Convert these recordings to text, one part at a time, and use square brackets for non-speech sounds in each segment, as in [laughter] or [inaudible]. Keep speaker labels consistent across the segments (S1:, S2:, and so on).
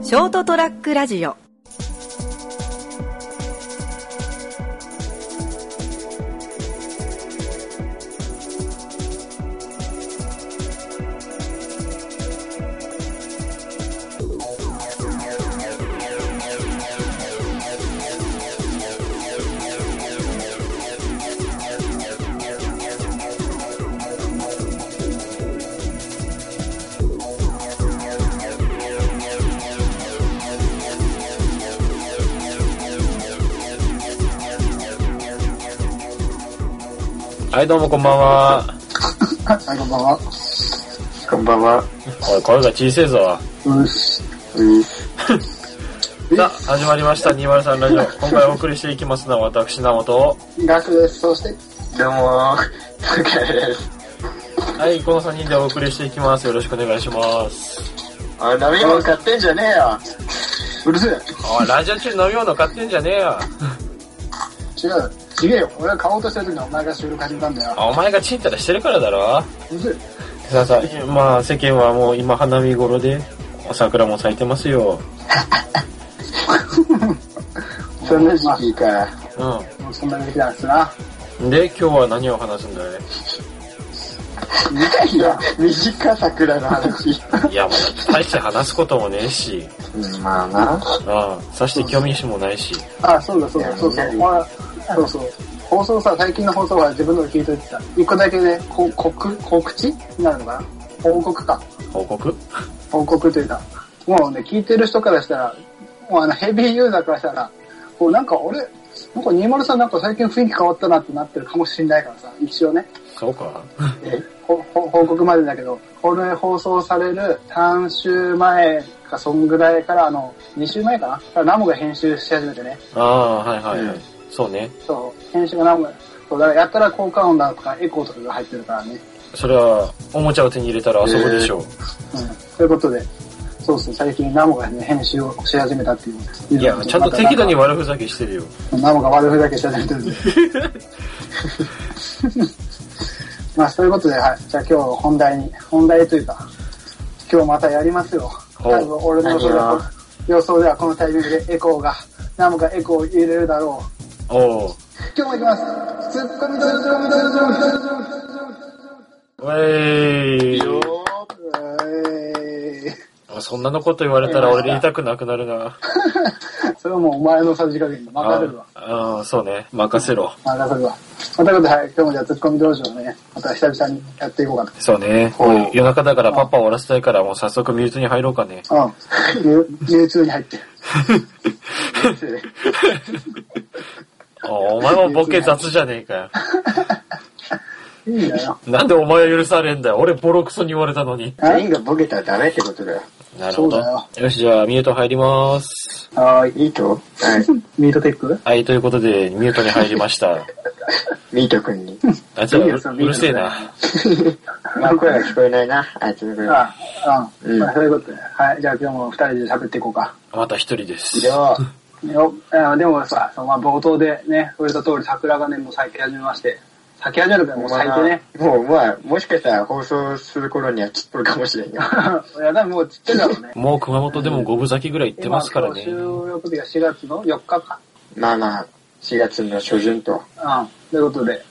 S1: ショートトラックラジオ
S2: はい、どうもこんばんは。
S3: はい、こんばんは。
S4: こんばんは。
S2: おい、声が小せえぞ。
S3: うっす。
S4: うん。
S2: さあ、始まりました、203ラジオ。今回お送りしていきますのは、私、名本。
S3: ガクです。そして、
S4: どうもー。ふかです。
S2: はい、この3人でお送りしていきます。よろしくお願いします。
S4: あ、飲み物買ってんじゃねえよ。
S3: うるせえ。
S2: おい、ラジオ中飲み物買ってんじゃねえよ。
S3: 違う。ちげえよ。俺が買おうとした時にお前が収録始めたんだよ。
S2: お前がチンタラしてるからだろ。
S3: うるせえ。
S2: さあさあ、まあ、世間はもう今花見頃で、桜も咲いてますよ。
S4: そんな時期か。
S2: う
S3: もうそんな時期なんですな。
S2: ん。で、今日は何を話すんだい
S4: 短いよ。短桜の話。
S2: いや、まだ大して話すこともねえし、
S4: うん、まあな。
S2: ああ、さして興味しもないし。
S3: あ、そうだそうだ、そうそう。まあ、そうそう。放送さ、最近の放送は自分ので聞いといてた。一個だけね、こ告告知になるのかな報告か。
S2: 報告
S3: 報告というか、もうね、聞いてる人からしたら、もうあの、ヘビーユーザーからしたら、こうなんか俺、なんか203なんか最近雰囲気変わったなってなってるかもしれないからさ、一応ね、
S2: そうか
S3: えほほ報告までだけど、これ放送される3週前か、そんぐらいから、あの、2週前かなからナムが編集し始めてね、
S2: ああ、はいはいはい。
S4: うん
S2: そうね。
S3: そう、編集がナムが、そう、だからやったら効果音だとかエコーとかが入ってるからね、
S2: それは、おもちゃを手に入れたら遊ぶでしょう。
S3: うん、そういうことで、そうそう、最近ナムがね、編集をし始めたっていう。
S2: いや、ちゃんと適度に悪ふざけしてるよ。
S3: ナモが悪ふざけしちゃってるんで。
S2: [laughs]
S3: まあ、そういうことで、はい。じゃあ今日本題に、本題というか、今日またやりますよ。多
S2: ほう
S3: 分俺の予想で
S4: 何
S3: は
S4: が、
S3: 予想ではこのタイミングでエコーが、ナモがエコーを入れるだろう。
S2: おう。
S3: 今日も行きます。ツッコミドルドルドルドルドルドル
S2: ウェ
S4: い
S2: イ
S3: え
S2: あそんなのこと言われたら俺で言いたくなくなるな。
S3: ーそれはもうお前のさじ加減で任せるわ。
S2: ああ、そうね。任せろ。
S3: 任せるわ。まあということで、はい。今日もじゃあツッコミ道場をね、また久々にやっていこうかな。
S2: そうね。
S4: ほう
S2: おい夜中だからパパをおらせたいからもう早速ミュートに入ろうかね。
S3: うん。流流通に入ってる。
S2: あお前もボケ雑じゃねえかよ。
S3: いいんだよ。
S2: なんでお前は許されんだよ。俺ボロクソに言われたのに。
S4: [laughs] 全員がボケたらダメってことだよ。
S2: なるほ
S3: そう
S2: ど。
S3: だよ
S2: よし、じゃあミュート入ります。
S3: はーい。
S4: いいとはい。
S3: ミートテック
S2: はい、ということでミュートに入りました。
S4: [laughs]
S3: [laughs]
S4: ミート君に。
S2: あ、ちょ、
S3: いいうよ
S2: る
S3: その
S2: うるせえな。
S4: まあ声は聞こえないな。あいつの声。
S3: あ、うん。
S4: うん
S3: まあ、そういうことで。はい。じゃあ今日も二人で喋っていこうか。
S2: また一人です。
S4: よ
S3: よあでもさ、そのまあ冒頭でね、触れた通り桜がね、もう咲き始めまして。咲き始めるからもう咲いてね。
S4: もう、まあ、もしかしたら放送する頃には切っとるかもしれんよ。
S3: [laughs] いや、多分もう散ってるだろうね。
S2: もう熊本でも五分咲きぐらい行ってますからね。
S3: 今今日収録日が4月の4日か。
S4: まあまあ、4月の初旬と。
S3: うん。ということで、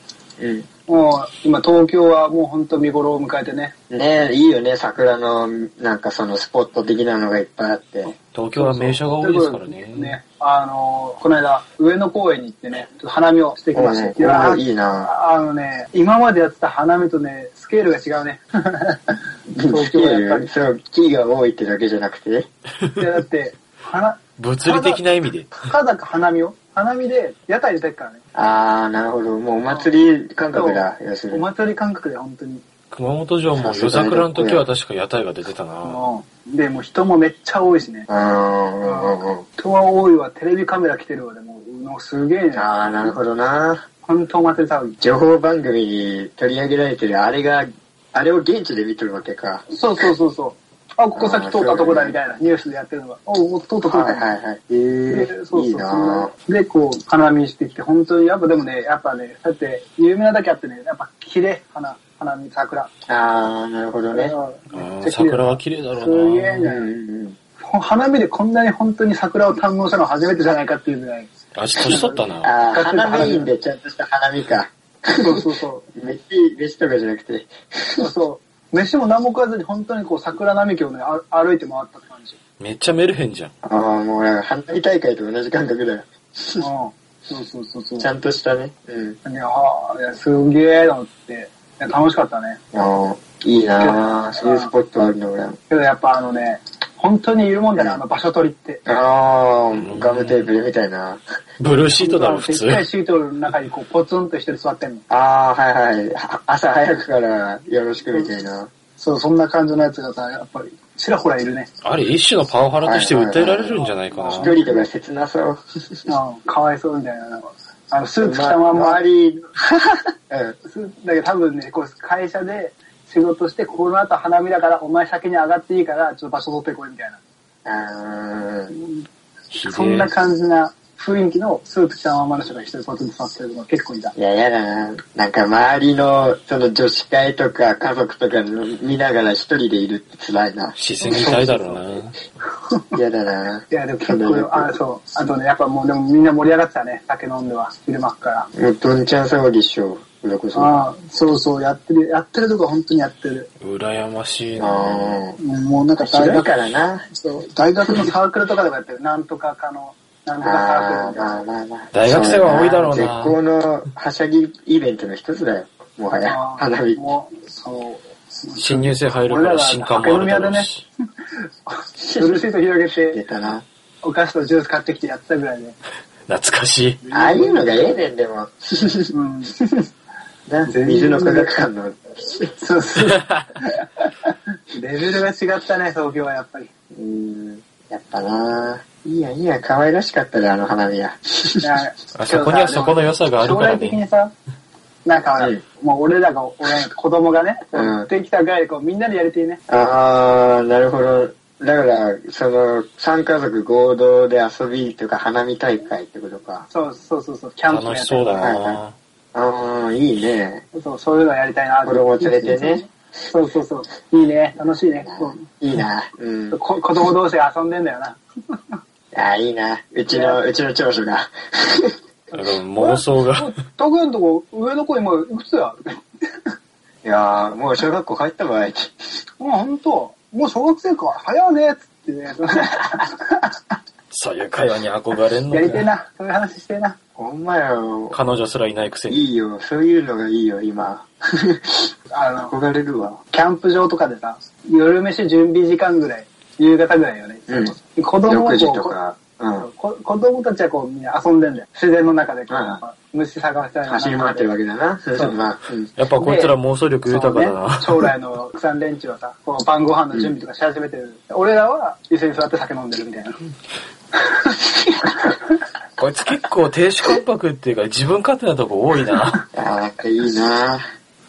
S4: うん。
S3: もう今東京はもう本当見頃を迎えてね。
S4: ねえ、いいよね、桜の、なんかそのスポット的なのがいっぱいあって。
S2: 東京は名所が多いですから
S3: という
S2: ね。
S3: ことでね。あのーこの間、上野公園に行ってね、ちょっと花見をしてきました。いや
S4: お
S3: ー
S4: いいな
S3: あのね、今までやってた花見とね、スケールが違う
S4: [laughs]
S3: ね。東京はやっぱり。
S4: そう、木が多いってだけじゃなくて。
S3: いやだって、花、
S2: 物理的な意味で。
S3: たかだか花見を花見で屋台出てっからね。
S4: あー、なるほど。もうお祭り感覚だ、要する
S3: お
S4: に。
S3: 祭り感覚で本当に。
S2: 熊本城も夜桜の時は確か屋台が出てたな。
S3: うんで、もう人もめっちゃ多いしね。
S4: あー、うんうんうん。
S3: 人は多いわ、テレビカメラ来てるわ、でもう、のすげえね。
S4: あー、なるほどな。
S3: 本当お祭り騒ぎ。
S4: 情報番組に取り上げられてる、あれが、あれを現地で見てるわけか。
S3: そうそうそうそう。あ、ここ先通ったとこだみたいなニュースでやってるのが、お、通った通った。
S4: はいはいはい。え
S3: で
S4: ー、
S3: そうそう
S4: いいな
S3: で、こう、花見してきて、本当に、やっぱでもね、やっぱね、だって、有名なだけあってね、やっぱ綺麗、花、花見、桜。
S4: あー、なるほどね。
S3: うん
S2: うん桜は綺麗だ
S3: す
S2: ろう
S3: げ
S2: な。
S3: え
S4: うん
S3: ね。
S4: うんうん。
S3: フほ花見でこんなに本当に桜を堪能したのは初めてじゃないかっていうぐらい。
S2: あ、ちょっと年取ったな。
S4: ああ、花見でちゃんとした花見か。
S3: そうそうそ
S4: 飯、飯とかじゃなくて。
S3: う。そうそう。飯も何も食わずに本当にこう桜並木をね、あ歩いて回ったって感じ。
S2: めっちゃメルヘンじゃん。
S4: ああ、もうなんか花見大会と同じ感覚だ
S3: う
S4: よ。
S3: ん。そうそうそうそう。
S4: ちゃんとしたね。うん。
S3: いやーいやすげえと思って、いや楽しかったね。
S4: ああ、いいなあそういうスポットあるの、俺も。
S3: けどやっぱあのね、本当にいるもんだね、
S4: うん
S3: あの場所取りって。
S4: ああ、ガムテープでみたいな。
S2: ブルーシートだろ、
S3: 本
S2: 普
S3: 当に
S2: 通
S3: でっ。かいシートの中にこうポツンと一人座ってんの。
S4: ああ、はいはい。は朝早くからよろしくみたいな。
S3: そう、そんな感じのやつがさ、やっぱり、ちらほらいるね。
S2: あれ、一種のパワハラとして訴えられるんじゃないか
S3: はい
S2: な
S3: は。
S4: 一人とか切なさを。
S3: うん、かわいそうみたいな。なんかあの、スーツ着たまんま、
S4: 周
S3: [laughs]
S4: り、うん。
S3: スーツだけど多分ね、こう会社で仕事して、この後花見だから、お前先に上がっていいから、ちょっと場所取ってこいみたいな。
S4: あー
S2: ひ
S3: そん
S2: で
S3: な感じな雰囲気のスーツ着たまんまの人が一人ポツンと座ってるのが結構いた。
S4: いや、やだな。なんか周りの、その女子会とか家族とかの見ながら一人でいるって辛いな。
S2: 視線痛いだろうな。
S4: やだな。
S3: いや、でも結構、あ、そう。あとね、やっぱもう、でもみんな盛り上がってたね、酒飲んでは、昼間っから。
S4: もうどんちゃん騒ぎっしょ。それこそ。あ
S3: ああ、そうそう、やってる、やってるとこは本当にやってる。
S2: 羨ましいな。
S4: あー。
S3: うんもうなんか大
S4: 広い
S3: 学、
S4: からな。
S3: そう大学のサークルとかでもやってる。なんとかかの、なんとかサークル
S4: あ
S3: みた
S4: ー
S3: い
S4: まあ
S3: な。
S4: まあまあ。
S2: 大学生は多いだろうな
S4: 絶好のはしゃぎイベントの一つだよ。もはや、
S3: ああ
S4: 花火。
S3: もう、そう。
S2: 新入生入るから新刊もあるだろうし。
S3: ブルーシート広げ
S4: 出
S3: て、
S4: [laughs] たな。
S3: お菓子とジュース買ってきてやってたぐらいで。
S2: 懐かしい。
S4: ああいうのがええねん、でも。
S3: うん。
S4: な水の科学館の。
S3: [laughs] そうそう。レベルが違ったね、東京はやっぱり。
S4: うーん、やっぱな。いいや、いいや、可愛らしかったで、あの花火や。
S3: いや
S2: あそこにはそこの良さがあるから
S3: 将来的
S2: ね。
S3: にさ、なんか、
S4: はい
S3: もう俺らが、俺らが子供がね、
S4: うん
S3: できたぐらいでこう、みんなでやりていね。
S4: [laughs] ああ、なるほど。だから、その、三家族合同で遊びとか花見大会ってことか。
S3: そうそうそうそう、キャンプも
S2: 楽
S3: や
S2: し
S3: った
S2: そう
S3: り
S2: だ
S4: はい
S2: な
S4: は。ああ、いいね。
S3: そう、そういうのやりたいな
S4: 子供連れてね。
S3: そうそうそう。いいね、楽しいね。
S4: いいな。うん。
S3: そう
S4: あ
S3: こ子供同士で遊んでんだよな。
S4: あ、いいな。うちの、うちの長所が。
S2: あの妄想が。
S3: 特のとこ、上の子にもう、いくつや
S4: [laughs] いやー、もう小学校入った場合。
S3: もうほんと、もう小学生か、早いね、つっ
S2: [laughs]
S3: てね。
S2: そういう会話に憧れん
S3: やりてえ
S2: のか。
S3: な、そういう話してえな。
S4: ほんまよ。
S2: 彼女すらいないくせに。
S4: いいよ。そういうのがいいよ、今。 [laughs]
S3: あの、
S4: 憧れるわ。
S3: キャンプ場とかでさ、夜飯準備時間ぐらい、夕方ぐらいよね。
S4: うん
S3: 子供を
S4: 6時
S3: こと
S4: か。うん
S3: う。こ子供たちはこうみんな遊んでんだよ。自然の中でこう、
S4: うん
S3: やっぱ虫探したり
S4: 走り回ってるわけだな。そう
S3: そう
S4: まあ、うん。
S2: やっぱこいつら妄想力豊かだな。
S3: そうね将来の奥さん連中はさ、こう晩ご飯の準備とかし始めてる。俺らは椅子に座って酒飲んでるみたいな。
S2: こいつ結構停止関白っていうか自分勝手なとこ多いな。
S4: ああ、なんかいいな。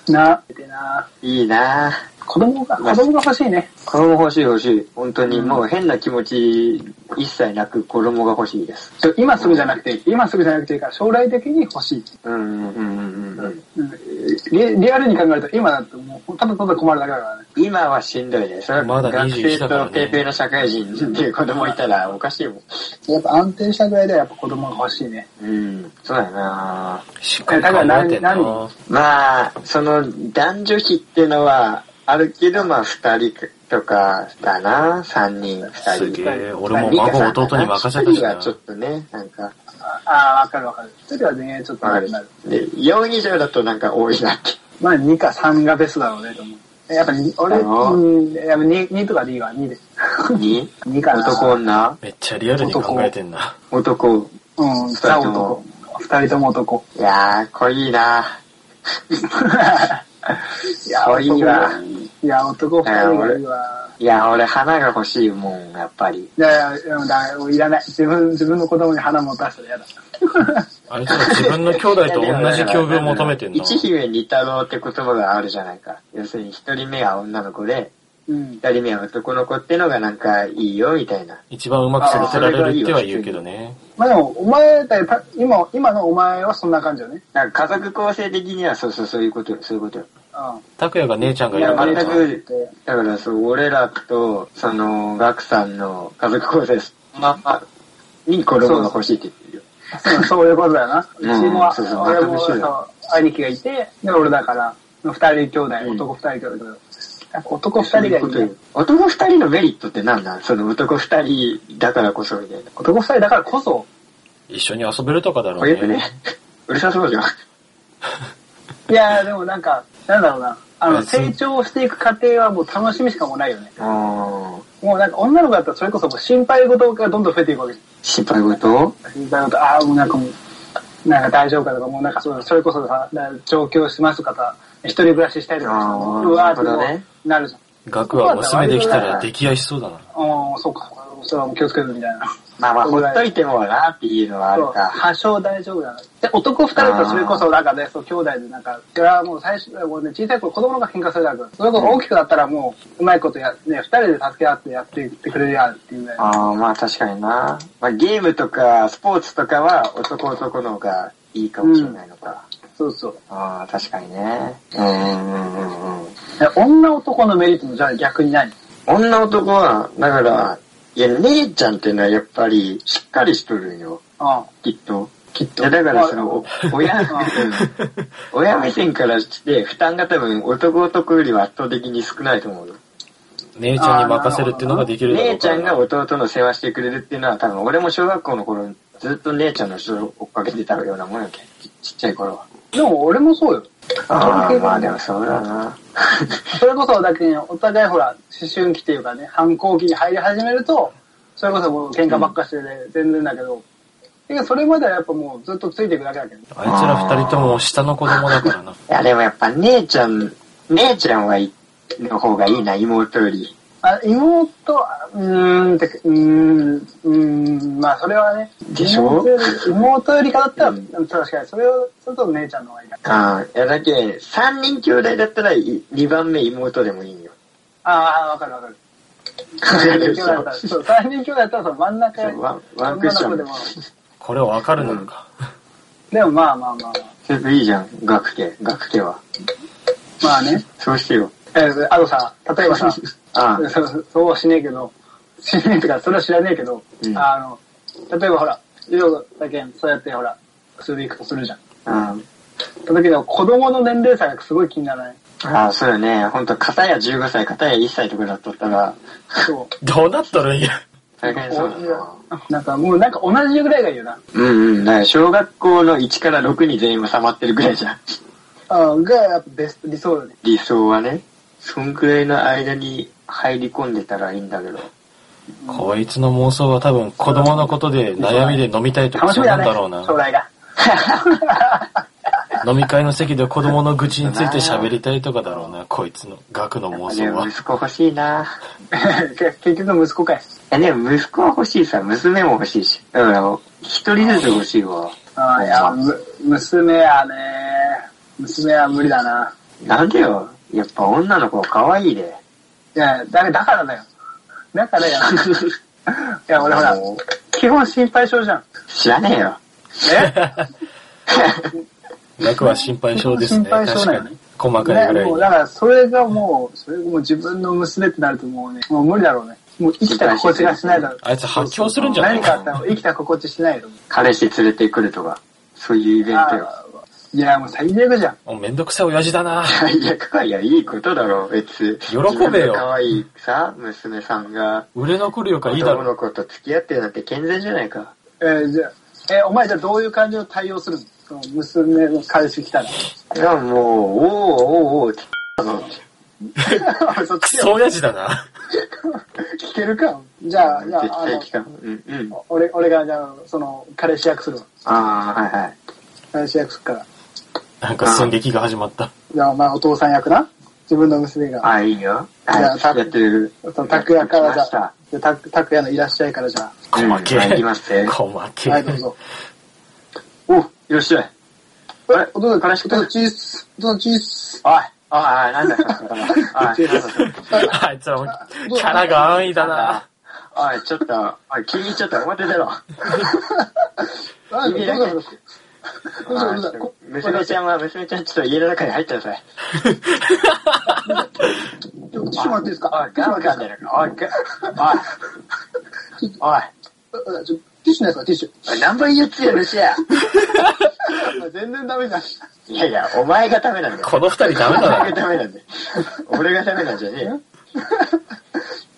S3: な、でな、
S4: いいな。
S3: 子供が、子供が欲しいね。
S4: 子供欲しい欲しい。本当にもう変な気持ち一切なく子供が欲しいです。
S3: そう今すぐじゃなくていい。今すぐじゃなくていいから、将来的に欲しい。
S4: うんうんうんうんうん。
S3: うんリリアルに考えると、今だってもう、ただただ困るだけだからね。
S4: 今はしんどいね。それは
S2: まだ
S4: 学
S2: 21
S4: 生
S2: だからね
S4: とペーペーの社会人っていう子供いたらおかしいもん。
S3: やっぱ安定したぐらいではやっぱ子供が欲しいね。
S4: うん。そうやな。
S2: しっかり考えてんな。
S4: まあ、その男女比ってのはあるけど、まあ二人とかだな。三人、二
S2: す
S4: 人。
S2: げえ、
S4: ま
S2: 俺
S4: あ
S2: も
S4: リカさん
S2: 孫弟に任せた
S4: 一
S2: し
S4: 人は
S2: な
S4: ちょ。っとね、なんか、
S3: ああー、わかるわかる。一人はね、ちょっと
S4: わ
S3: なく
S4: かる
S3: なる。。
S4: で、4以上だとなんか多いなって。
S3: まあ2か3がベストだろうね、と思う。やっぱに俺、
S4: だろ
S3: うん、やっぱ 2, 2とかでいいわ、2で。
S4: に
S3: 2かな。
S4: 男女
S2: めっちゃリアルに考えてんな。
S4: 男。
S3: うん、ザ男。2人とも
S4: [laughs]
S3: 男。
S4: いやー、濃いな。
S3: いや、
S4: あいいわ
S3: 男いや、男2人がいいわ。
S4: いや、俺花が欲しいもん、やっぱり。
S3: いやいや、いやだもういらない。自分、自分の子供に花持たせたら嫌だ。
S2: あいつら自分の兄弟と同じ境遇を求めてんな。
S4: [laughs] 一姫二太郎って言葉があるじゃないか。要するに一人目は女の子で、
S3: うん。
S4: 二人目は男の子ってのがなんかいいよ、みたいな。
S2: 一番うまく育てられるっては言うけどね。
S3: まあでも、お前だよ、た今、今のお前はそんな感じよね。
S4: なんか家族構成的にはそうそうそういうことよ、そういうことよ。
S2: 拓也が姉ちゃんがいる
S4: や
S2: か
S4: 全
S2: らな。
S4: くだからそう俺らとそのガクさんの家族構成まあに子供が欲しいって言ってるよ
S3: うん [laughs] そういうことだよな。うち
S4: うん
S3: もは
S4: そうそう、
S3: 俺も
S4: 全く一緒だ
S3: そう
S4: よ、
S3: 兄貴がいて、で、俺だから、二人兄弟、
S4: うん
S3: 男二人兄弟だけど、男二人がい
S4: そうい
S3: いう
S4: ことよ男二人のメリットって何なんその男二人だからこそみたいな
S3: 男二人だからこそ、
S2: 一緒に遊べるとかだろ
S4: これ
S2: う
S4: ってね [laughs]
S2: ね。
S4: うるさそうじゃん
S3: いやーでもなんか、なんだろうな、あの、
S2: 別に
S3: 成長していく過程はもう楽しみしかもうないよね。
S4: あー
S3: もうなんか女の子だったらそれこそもう心配事がどんどん増えていくわけじ
S4: 心配事
S3: ゃん。心配事、ああ、もうなんかもう、なんか大丈夫かとか、もうなんかそう、それこそさ、なんか上京しますとかさ、一人暮らししたりとかさ、
S4: あー
S3: もううわーって
S4: なるほ
S3: も
S4: どね
S3: うなるじゃん。
S2: 学は娘できたら溺愛しそうだな。
S3: ああ、そうか、そうかそれはもう気をつけるみたいな。
S4: まあまあほっといてもなっていうのはあ
S3: そ
S4: る
S3: う、
S4: か
S3: 多少大丈夫だな。で、男二人だったらそれこそ、なんかね、そう、兄弟でなんか、それはもう最初、もうね、小さい頃子供の方が喧嘩するだけど、それこそ大きくなったらもう、うまいことや、ね、二人で助け合ってやっていってくれるやんっていうね。
S4: ああまあ確かにな、まあ、ゲームとかスポーツとかは男男の方がいいかもしれないのか、
S3: そうそう。
S4: ああ、確かにね。うんうんうんうん。
S3: え女男のメリットもじゃあ逆に何
S4: 女男は、だから、いや、姉ちゃんっていうのはやっぱり、しっかりしとるんよ。
S3: あ
S4: きっと。
S3: きっと
S4: いや、だからその、お親、うん親目線からして、負担が多分男男よりは圧倒的に少ないと思うよ。
S2: 姉ちゃんに任せるっていうのができるだろ
S4: 姉
S2: う
S4: ち
S2: か
S4: ゃんが
S2: ら。
S4: 弟の世話してくれるっていうのは多分、俺も小学校の頃、ずっと姉ちゃんの後ろ追っかけてたようなもんやけん。ちちっちゃい頃は。
S3: でも俺もそうよ。
S4: ああ、まあでもそうだな。
S3: それこそ、だけどお互いほら、思春期っていうかね、反抗期に入り始めると、それこそもう喧嘩ばっかしてね、全然だけど、いやそれまではやっぱもうずっとついていくだけだけど、
S2: あいつら二人とも下の子供だからな。
S4: いや、でもやっぱ姉ちゃん、姉ちゃんはいの方がいいな、妹より。
S3: あ妹、うーんって、うーん、うーん、まあそれはね、
S4: でしょ
S3: 妹より妹よりかだったら、
S4: うん
S3: 確かに、それを、ちょっと姉ちゃんの方がいいな。
S4: ああ、いやだけん、三人兄弟だったらい2番目妹でもいいんよ。
S3: ああ、わかるわかる。
S4: わか
S3: 三人
S4: る
S3: 兄
S4: でし
S3: 弟だ
S4: ょ
S3: ったら、そう、三人兄弟だったらその真ん中
S4: そうワンワンクッション
S3: 女の子でも、
S2: これわかるのか。
S3: でもまあまあまあまあ、
S4: それといいじゃん、学家、学家は。
S3: まあね。
S4: そうしてよ。
S3: えーあとさ、例えばさ、
S4: ああ、
S3: そうそうはしねえけど、しねえってか、それは知らねえけど、
S4: うん
S3: あの、例えばほら、量だけん、そうやってほら、遊び行くとするじゃん。
S4: あ
S3: だけど、子供の年齢差がすごい気にならない。
S4: あ、ああそうよね。ほんと、片や15歳、片や1歳とかだっとったら、
S3: そう。
S2: どうなっとるんや。
S4: 大変そうだな。
S3: なんかもうなんか同じぐらいがいいよな。
S4: うんうん。だから小学校の1から6に全員収まってるぐらいじゃん。
S3: あが、やっぱベスト、理想だね。
S4: 理想はね。そんくらいの間に入り込んでたらいいんだけど。
S2: こいつの妄想は多分子供のことで悩みで飲みたいと
S3: 楽
S2: か
S3: し
S2: そう
S3: み
S2: な
S3: だ
S2: んだ
S3: ね、
S2: ろう
S3: 将
S2: な。
S3: 来が。 [laughs]
S2: 飲み会の席で子供の愚痴について喋りたいとかだろうな。こいつの学の妄
S4: で
S2: 想
S4: も
S2: は。
S4: 息子欲しいな。
S3: 結局息子かい。
S4: いやでも息子は欲しいさ、娘も欲しいし。だから、一人ずつ欲しいわ。
S3: ああ、いや、む娘はね、娘は無理だな。
S4: なんでよ。やっぱ女の子可愛いで。
S3: いや、だだからだよ。だからや。 [laughs] いや、俺ほら、
S4: もう
S3: 基本心配性じゃん。
S4: 知らねえよ。
S3: え
S2: 楽は心配性ですね。
S3: 心配
S2: 確
S3: 性だよ
S2: か
S3: ね
S2: に。細かいぐ
S3: ね、
S2: らい
S3: も
S2: に
S3: う。だからそれがもう、それがもう自分の娘ってなるともうね、もう無理だろうね。もう生きた心地がしないだろう。
S2: あいつ発狂するんじゃない
S3: 何かあったら生きた心地しないと思う。
S4: 彼氏連れてくるとか。そういうイベントよ。
S3: あーいや、もう最悪じゃん。
S2: もうめんどくさい親父だな。
S4: 最悪 [laughs] か。いや、いいことだろ、別。
S2: 喜べよ
S4: 自分の可愛いさ、娘さんが、
S2: 売れ残るよかいいだ
S4: 男
S2: ろ。
S4: の子と付き合ってるなんて健全じゃないか。
S3: えーじゃあ、えーお前じゃあどういう感じの対応するのその娘の彼氏来たら。
S4: いや、もう、おーおーおーって言ったの。
S3: そっ
S2: ク
S3: ち
S2: ソ親父だな。
S3: 聞けるかじゃあ、じゃ
S4: 絶
S3: あ、あ
S4: 対
S3: の
S4: 聞、かん。うん、うん。
S3: 俺、俺がじゃあ、その、彼氏役するわ。
S4: ああ、はいはい。
S3: 彼氏役するから。
S2: なんか寸劇が始まった。
S3: じゃあお前お父さん役な自分の娘が。
S4: あ、いいよ。
S3: いや
S4: はい、
S3: た
S4: やってる。
S3: その拓也からじ
S4: 来まし
S3: ゃあ
S4: た、
S3: じゃあ拓拓也のいらっしゃいからじゃ
S2: 細け
S4: うんはい行
S2: え
S4: きますね。
S2: 細け
S3: あ、はい、どう
S2: え。
S3: ぞ。
S4: お、いらっしゃい。あれ
S3: お父さん、
S4: 彼氏
S3: お父さん、チーズ、お父さん、チーズ。
S4: おい、おい、おい、なんだその
S2: [laughs]
S4: 言葉おい、なんだその言
S2: あいつらもキャラが安易だな。
S4: 葉おい、ちょっと、おい、君ちょっと表出ろ。
S3: あ、どうぞどうぞどうしたどう
S4: あ
S3: したこ
S4: 娘ちゃんは、娘ちゃんちょっと家の中に入ってください。
S3: ちょっと待っていいですかティッシュもらっていいですか
S4: おい、ガンガン出るから。おい、ガおい、
S3: うんうんちょティッシュないですかティッシ
S4: おい、何番言ってやるしや。
S3: ュ。全然ダメじゃん。
S4: いやいや、お前がダメなんだよ。
S2: この二人ダ
S4: お
S2: メだ
S4: 前が
S2: な。
S4: ダメなんだよ。俺がダメなんじゃねえよ。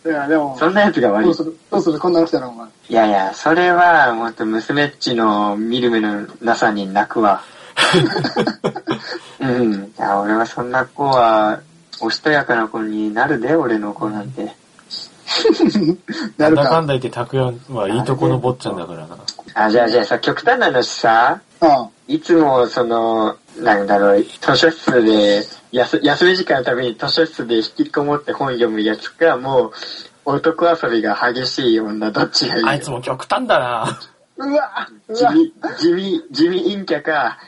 S3: いや、でも、
S4: そんな奴が悪
S3: ど
S4: いう
S3: す。るどうするこんなの来たらお前。
S4: いやいや、それは、もっと娘っちの見る目のなさに泣く [laughs] わ。うん。いや、俺はそんな子は、おしとやかな子になるで、俺の子なんて。
S3: な
S2: なん
S3: る
S2: だか
S3: か。
S2: んだ言って、たくやんはいいとこの坊ちゃんだからな。
S4: あ、じゃあじゃあさ、極端な話さ、
S3: うん。
S4: いつも、その、なんだろう、図書室で、やす休み時間のために図書室で引きこもって本読むやつか、もう、男遊びが激しい女、どっちがいい
S2: あいつも極端だな。
S3: うわう
S4: 地
S3: わ
S4: 味、地味、地味陰キャか、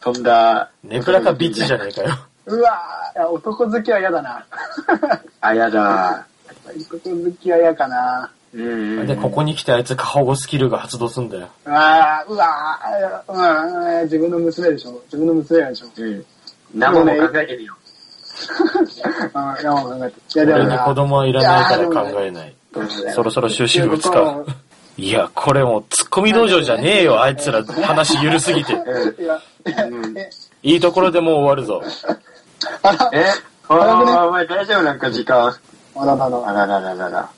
S4: 飛んだ。
S2: ネプラかビッチじゃねえかよ。
S3: うわいや男好きは嫌だな。 [laughs]
S4: あ、やだ。
S3: 男好きは嫌かな。
S4: うん、うん。
S2: で、ここに来てあいつ過保護スキルが発動すんだよ。
S3: うわうわうん、自分の娘でしょ。自分の娘でしょ。
S4: うん。何も考えてみよ
S3: うん、いや、もう考えて。いや、でも
S2: 俺に
S3: な
S2: 子供はいらないから考えない。
S4: う。
S2: そろそろ終止符打つか。
S3: い
S2: いや、これもうツッコミ道場じゃねえよ、あいつら話緩すぎて。
S3: や、
S4: うん
S3: え、
S2: いいところでもう終わるぞ。
S3: あら、
S4: えおーお前大丈夫なんか時間。
S3: あらだだ。
S4: あららららら。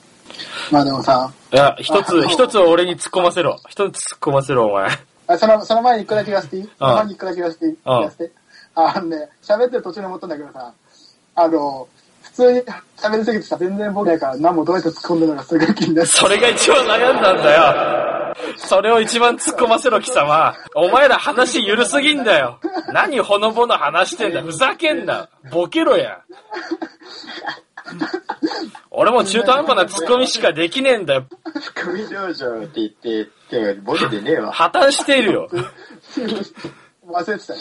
S3: まあでもさ、
S2: いや、一つ、一つを俺に突っ込ませろ。一つ突っ込ませろ、お前。
S3: あその、その前に一個だけ言わせていいその前に一個だけ言わせていい
S2: ああ
S3: 言わせて。ああのね、喋ってる途中に思ったんだけどさ、あの、普通に喋りすぎてさ、全然ボケないから、何もどうやって突っ込んでるのかすごい気になる。
S2: それが一番悩んだんだよ。それを一番突っ込ませろ、貴様。お前ら話緩すぎんだよ。何ほのぼの話してんだ。ふざけんな。ボケろや。俺も中途半端なツッコミしかできねえんだよ。
S4: 組道場って言って、ってボケてねえわ。
S2: 破綻しているよ。
S3: 忘れてたよ。 [laughs]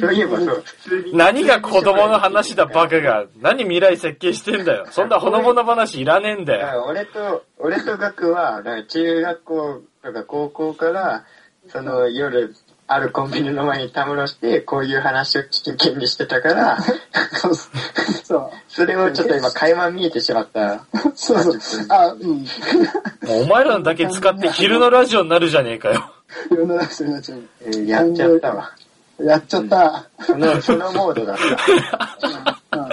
S4: そういえばそう、普通に。
S2: 何が子供の話だ、バカが。何未来設計してんだよ。そんなほのぼの話いらねえんだよ。
S4: 俺と、俺と学は、なんか中学校とか高校から、その夜、あるコンビニの前にたむろして、こういう話を真剣にしてた
S2: [laughs]
S4: から、
S3: そうそう。そう
S4: それをちょっと今、垣間見えてしまった。
S3: そうそう。あ、うん。い
S2: もうお前らのだけ使って昼のラジオになるじゃねえかよ。
S3: ろんな話になっちゃう。
S4: えーやっちゃったわ。
S3: やっちゃった。
S4: その、 [laughs] そのモードだった。
S3: うん。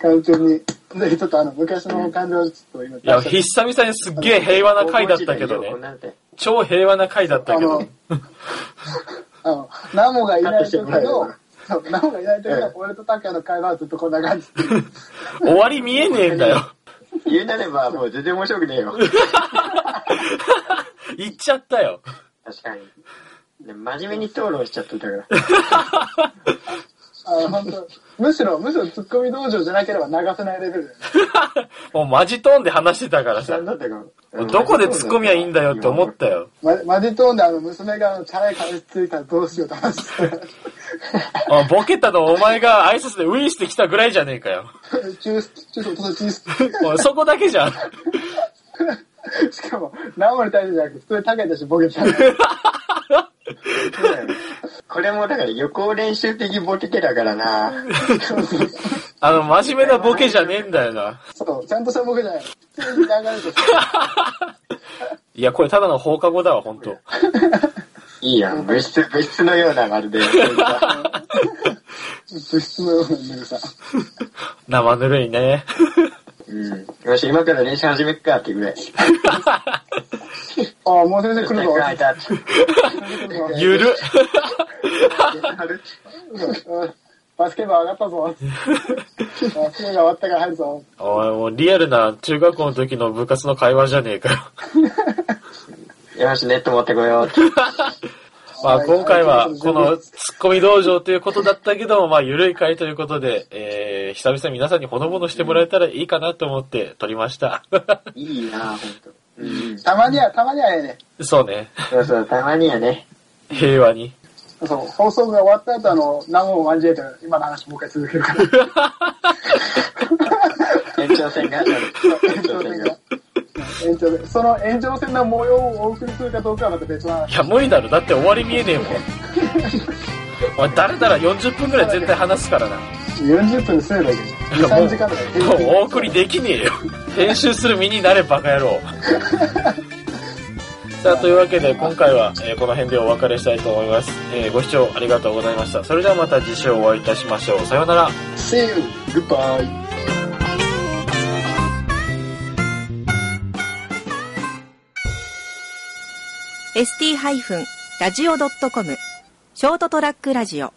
S3: 完全に。で、ちょっとあの、昔の感情をちょっと今出し
S2: い
S3: ちゃ
S2: や、
S3: った、
S2: 久々にすっげえ平和な回だったけどね
S4: こん。なんて
S2: 超平和な回だったけど。
S3: あの、ナモがいない時
S4: カットしても
S3: の
S4: ら、
S3: そうナモがいない時
S4: ええ
S3: の俺とタケヤの会話はずっとこんな感じ。
S2: 終わり見えねえんだよ。
S4: 言うなれば、もう全然面白くねえよ。
S2: 言っちゃったよ。 [laughs]
S4: 確かに。で真面目に討論しちゃってたから。
S2: [laughs]
S3: あの、本当むしろ、むしろツッコミ道場じゃなければ流せないレベルだよね。
S2: もうマジトーンで話してたから
S4: 悲
S2: さ
S4: 惨。だったかも
S2: もうどこで突っ込みゃいいんだよって思ったよ。
S3: ママジトーンであの、娘があの、チャラい彼氏ついたらどうしようと話してた。
S2: あボケたのお前が挨拶でウィーしてきたぐらいじゃねえかよ。
S3: チュース、チュース、お父さんチュー
S2: おいそこだけじゃん。 [laughs]
S3: ス。しかも、ナモに対してじゃなくて、普通にタケヤとしてボケちゃう。
S4: そうだよねこれもだから予行練習的ボケてだからな。
S2: あの、真面目なボケじゃねえんだよな。
S3: そう、ちゃんとしたボケじゃない。普通に流れてる
S2: いや、これただの放課後だわ、ほんと。
S4: いいやん。物質、物質のようなまるで。
S3: 物質のようなんだけどさ。
S2: 生ぬるいね。
S4: うん。よし、今から練習始めっかってぐらい。
S3: ああ、もう先生来るぞ。
S4: はい、タッ
S2: [laughs]
S4: チ。
S2: ゆる。
S3: うんバスケ部上がったぞ。バスケ部が終わったから入るぞ。
S2: おい、もうリアルな中学校の時の部活の会話じゃねえかよ。
S4: よし、ネット持ってこようって。
S2: まあ
S3: はい
S2: 今回はこのツッコミ道場ということだったけども、まあ緩い回ということで、えー、久々に皆さんにほのぼのしてもらえたらいいかなと思って撮りました。 [laughs]
S4: いいなほんと。うん。
S3: たまには、たまにはええね。
S2: そうね。
S4: そうそう、たまにはね。
S2: 平和に。
S3: そう、放送が終わった後、あの、何を交えて、今の話もう一回続け
S2: [laughs]
S3: るから。
S4: 延長戦が。延
S3: 延長戦が。延長で、その炎上戦の模様をお送りするかどうかはまた別の
S2: い
S3: 話。
S2: や、無理だろ。だって終わり見えねえもん。お前、誰なら40分くらい絶対話すからな。
S3: 40分で済めばいいけ
S2: も
S3: ど、2、
S2: う
S3: 3時間とかで。
S2: [laughs] もうお送りできねえよ。編集する身になれ、バカ野郎。 [laughs] さあ、というわけで、今回は、えーこの辺でお別れしたいと思います、えーご視聴ありがとうございました。それではまた次週お会いいたしましょう。さようなら。
S3: See you!
S4: Goodbye.
S1: ST-radio.com ショートトラックラジオ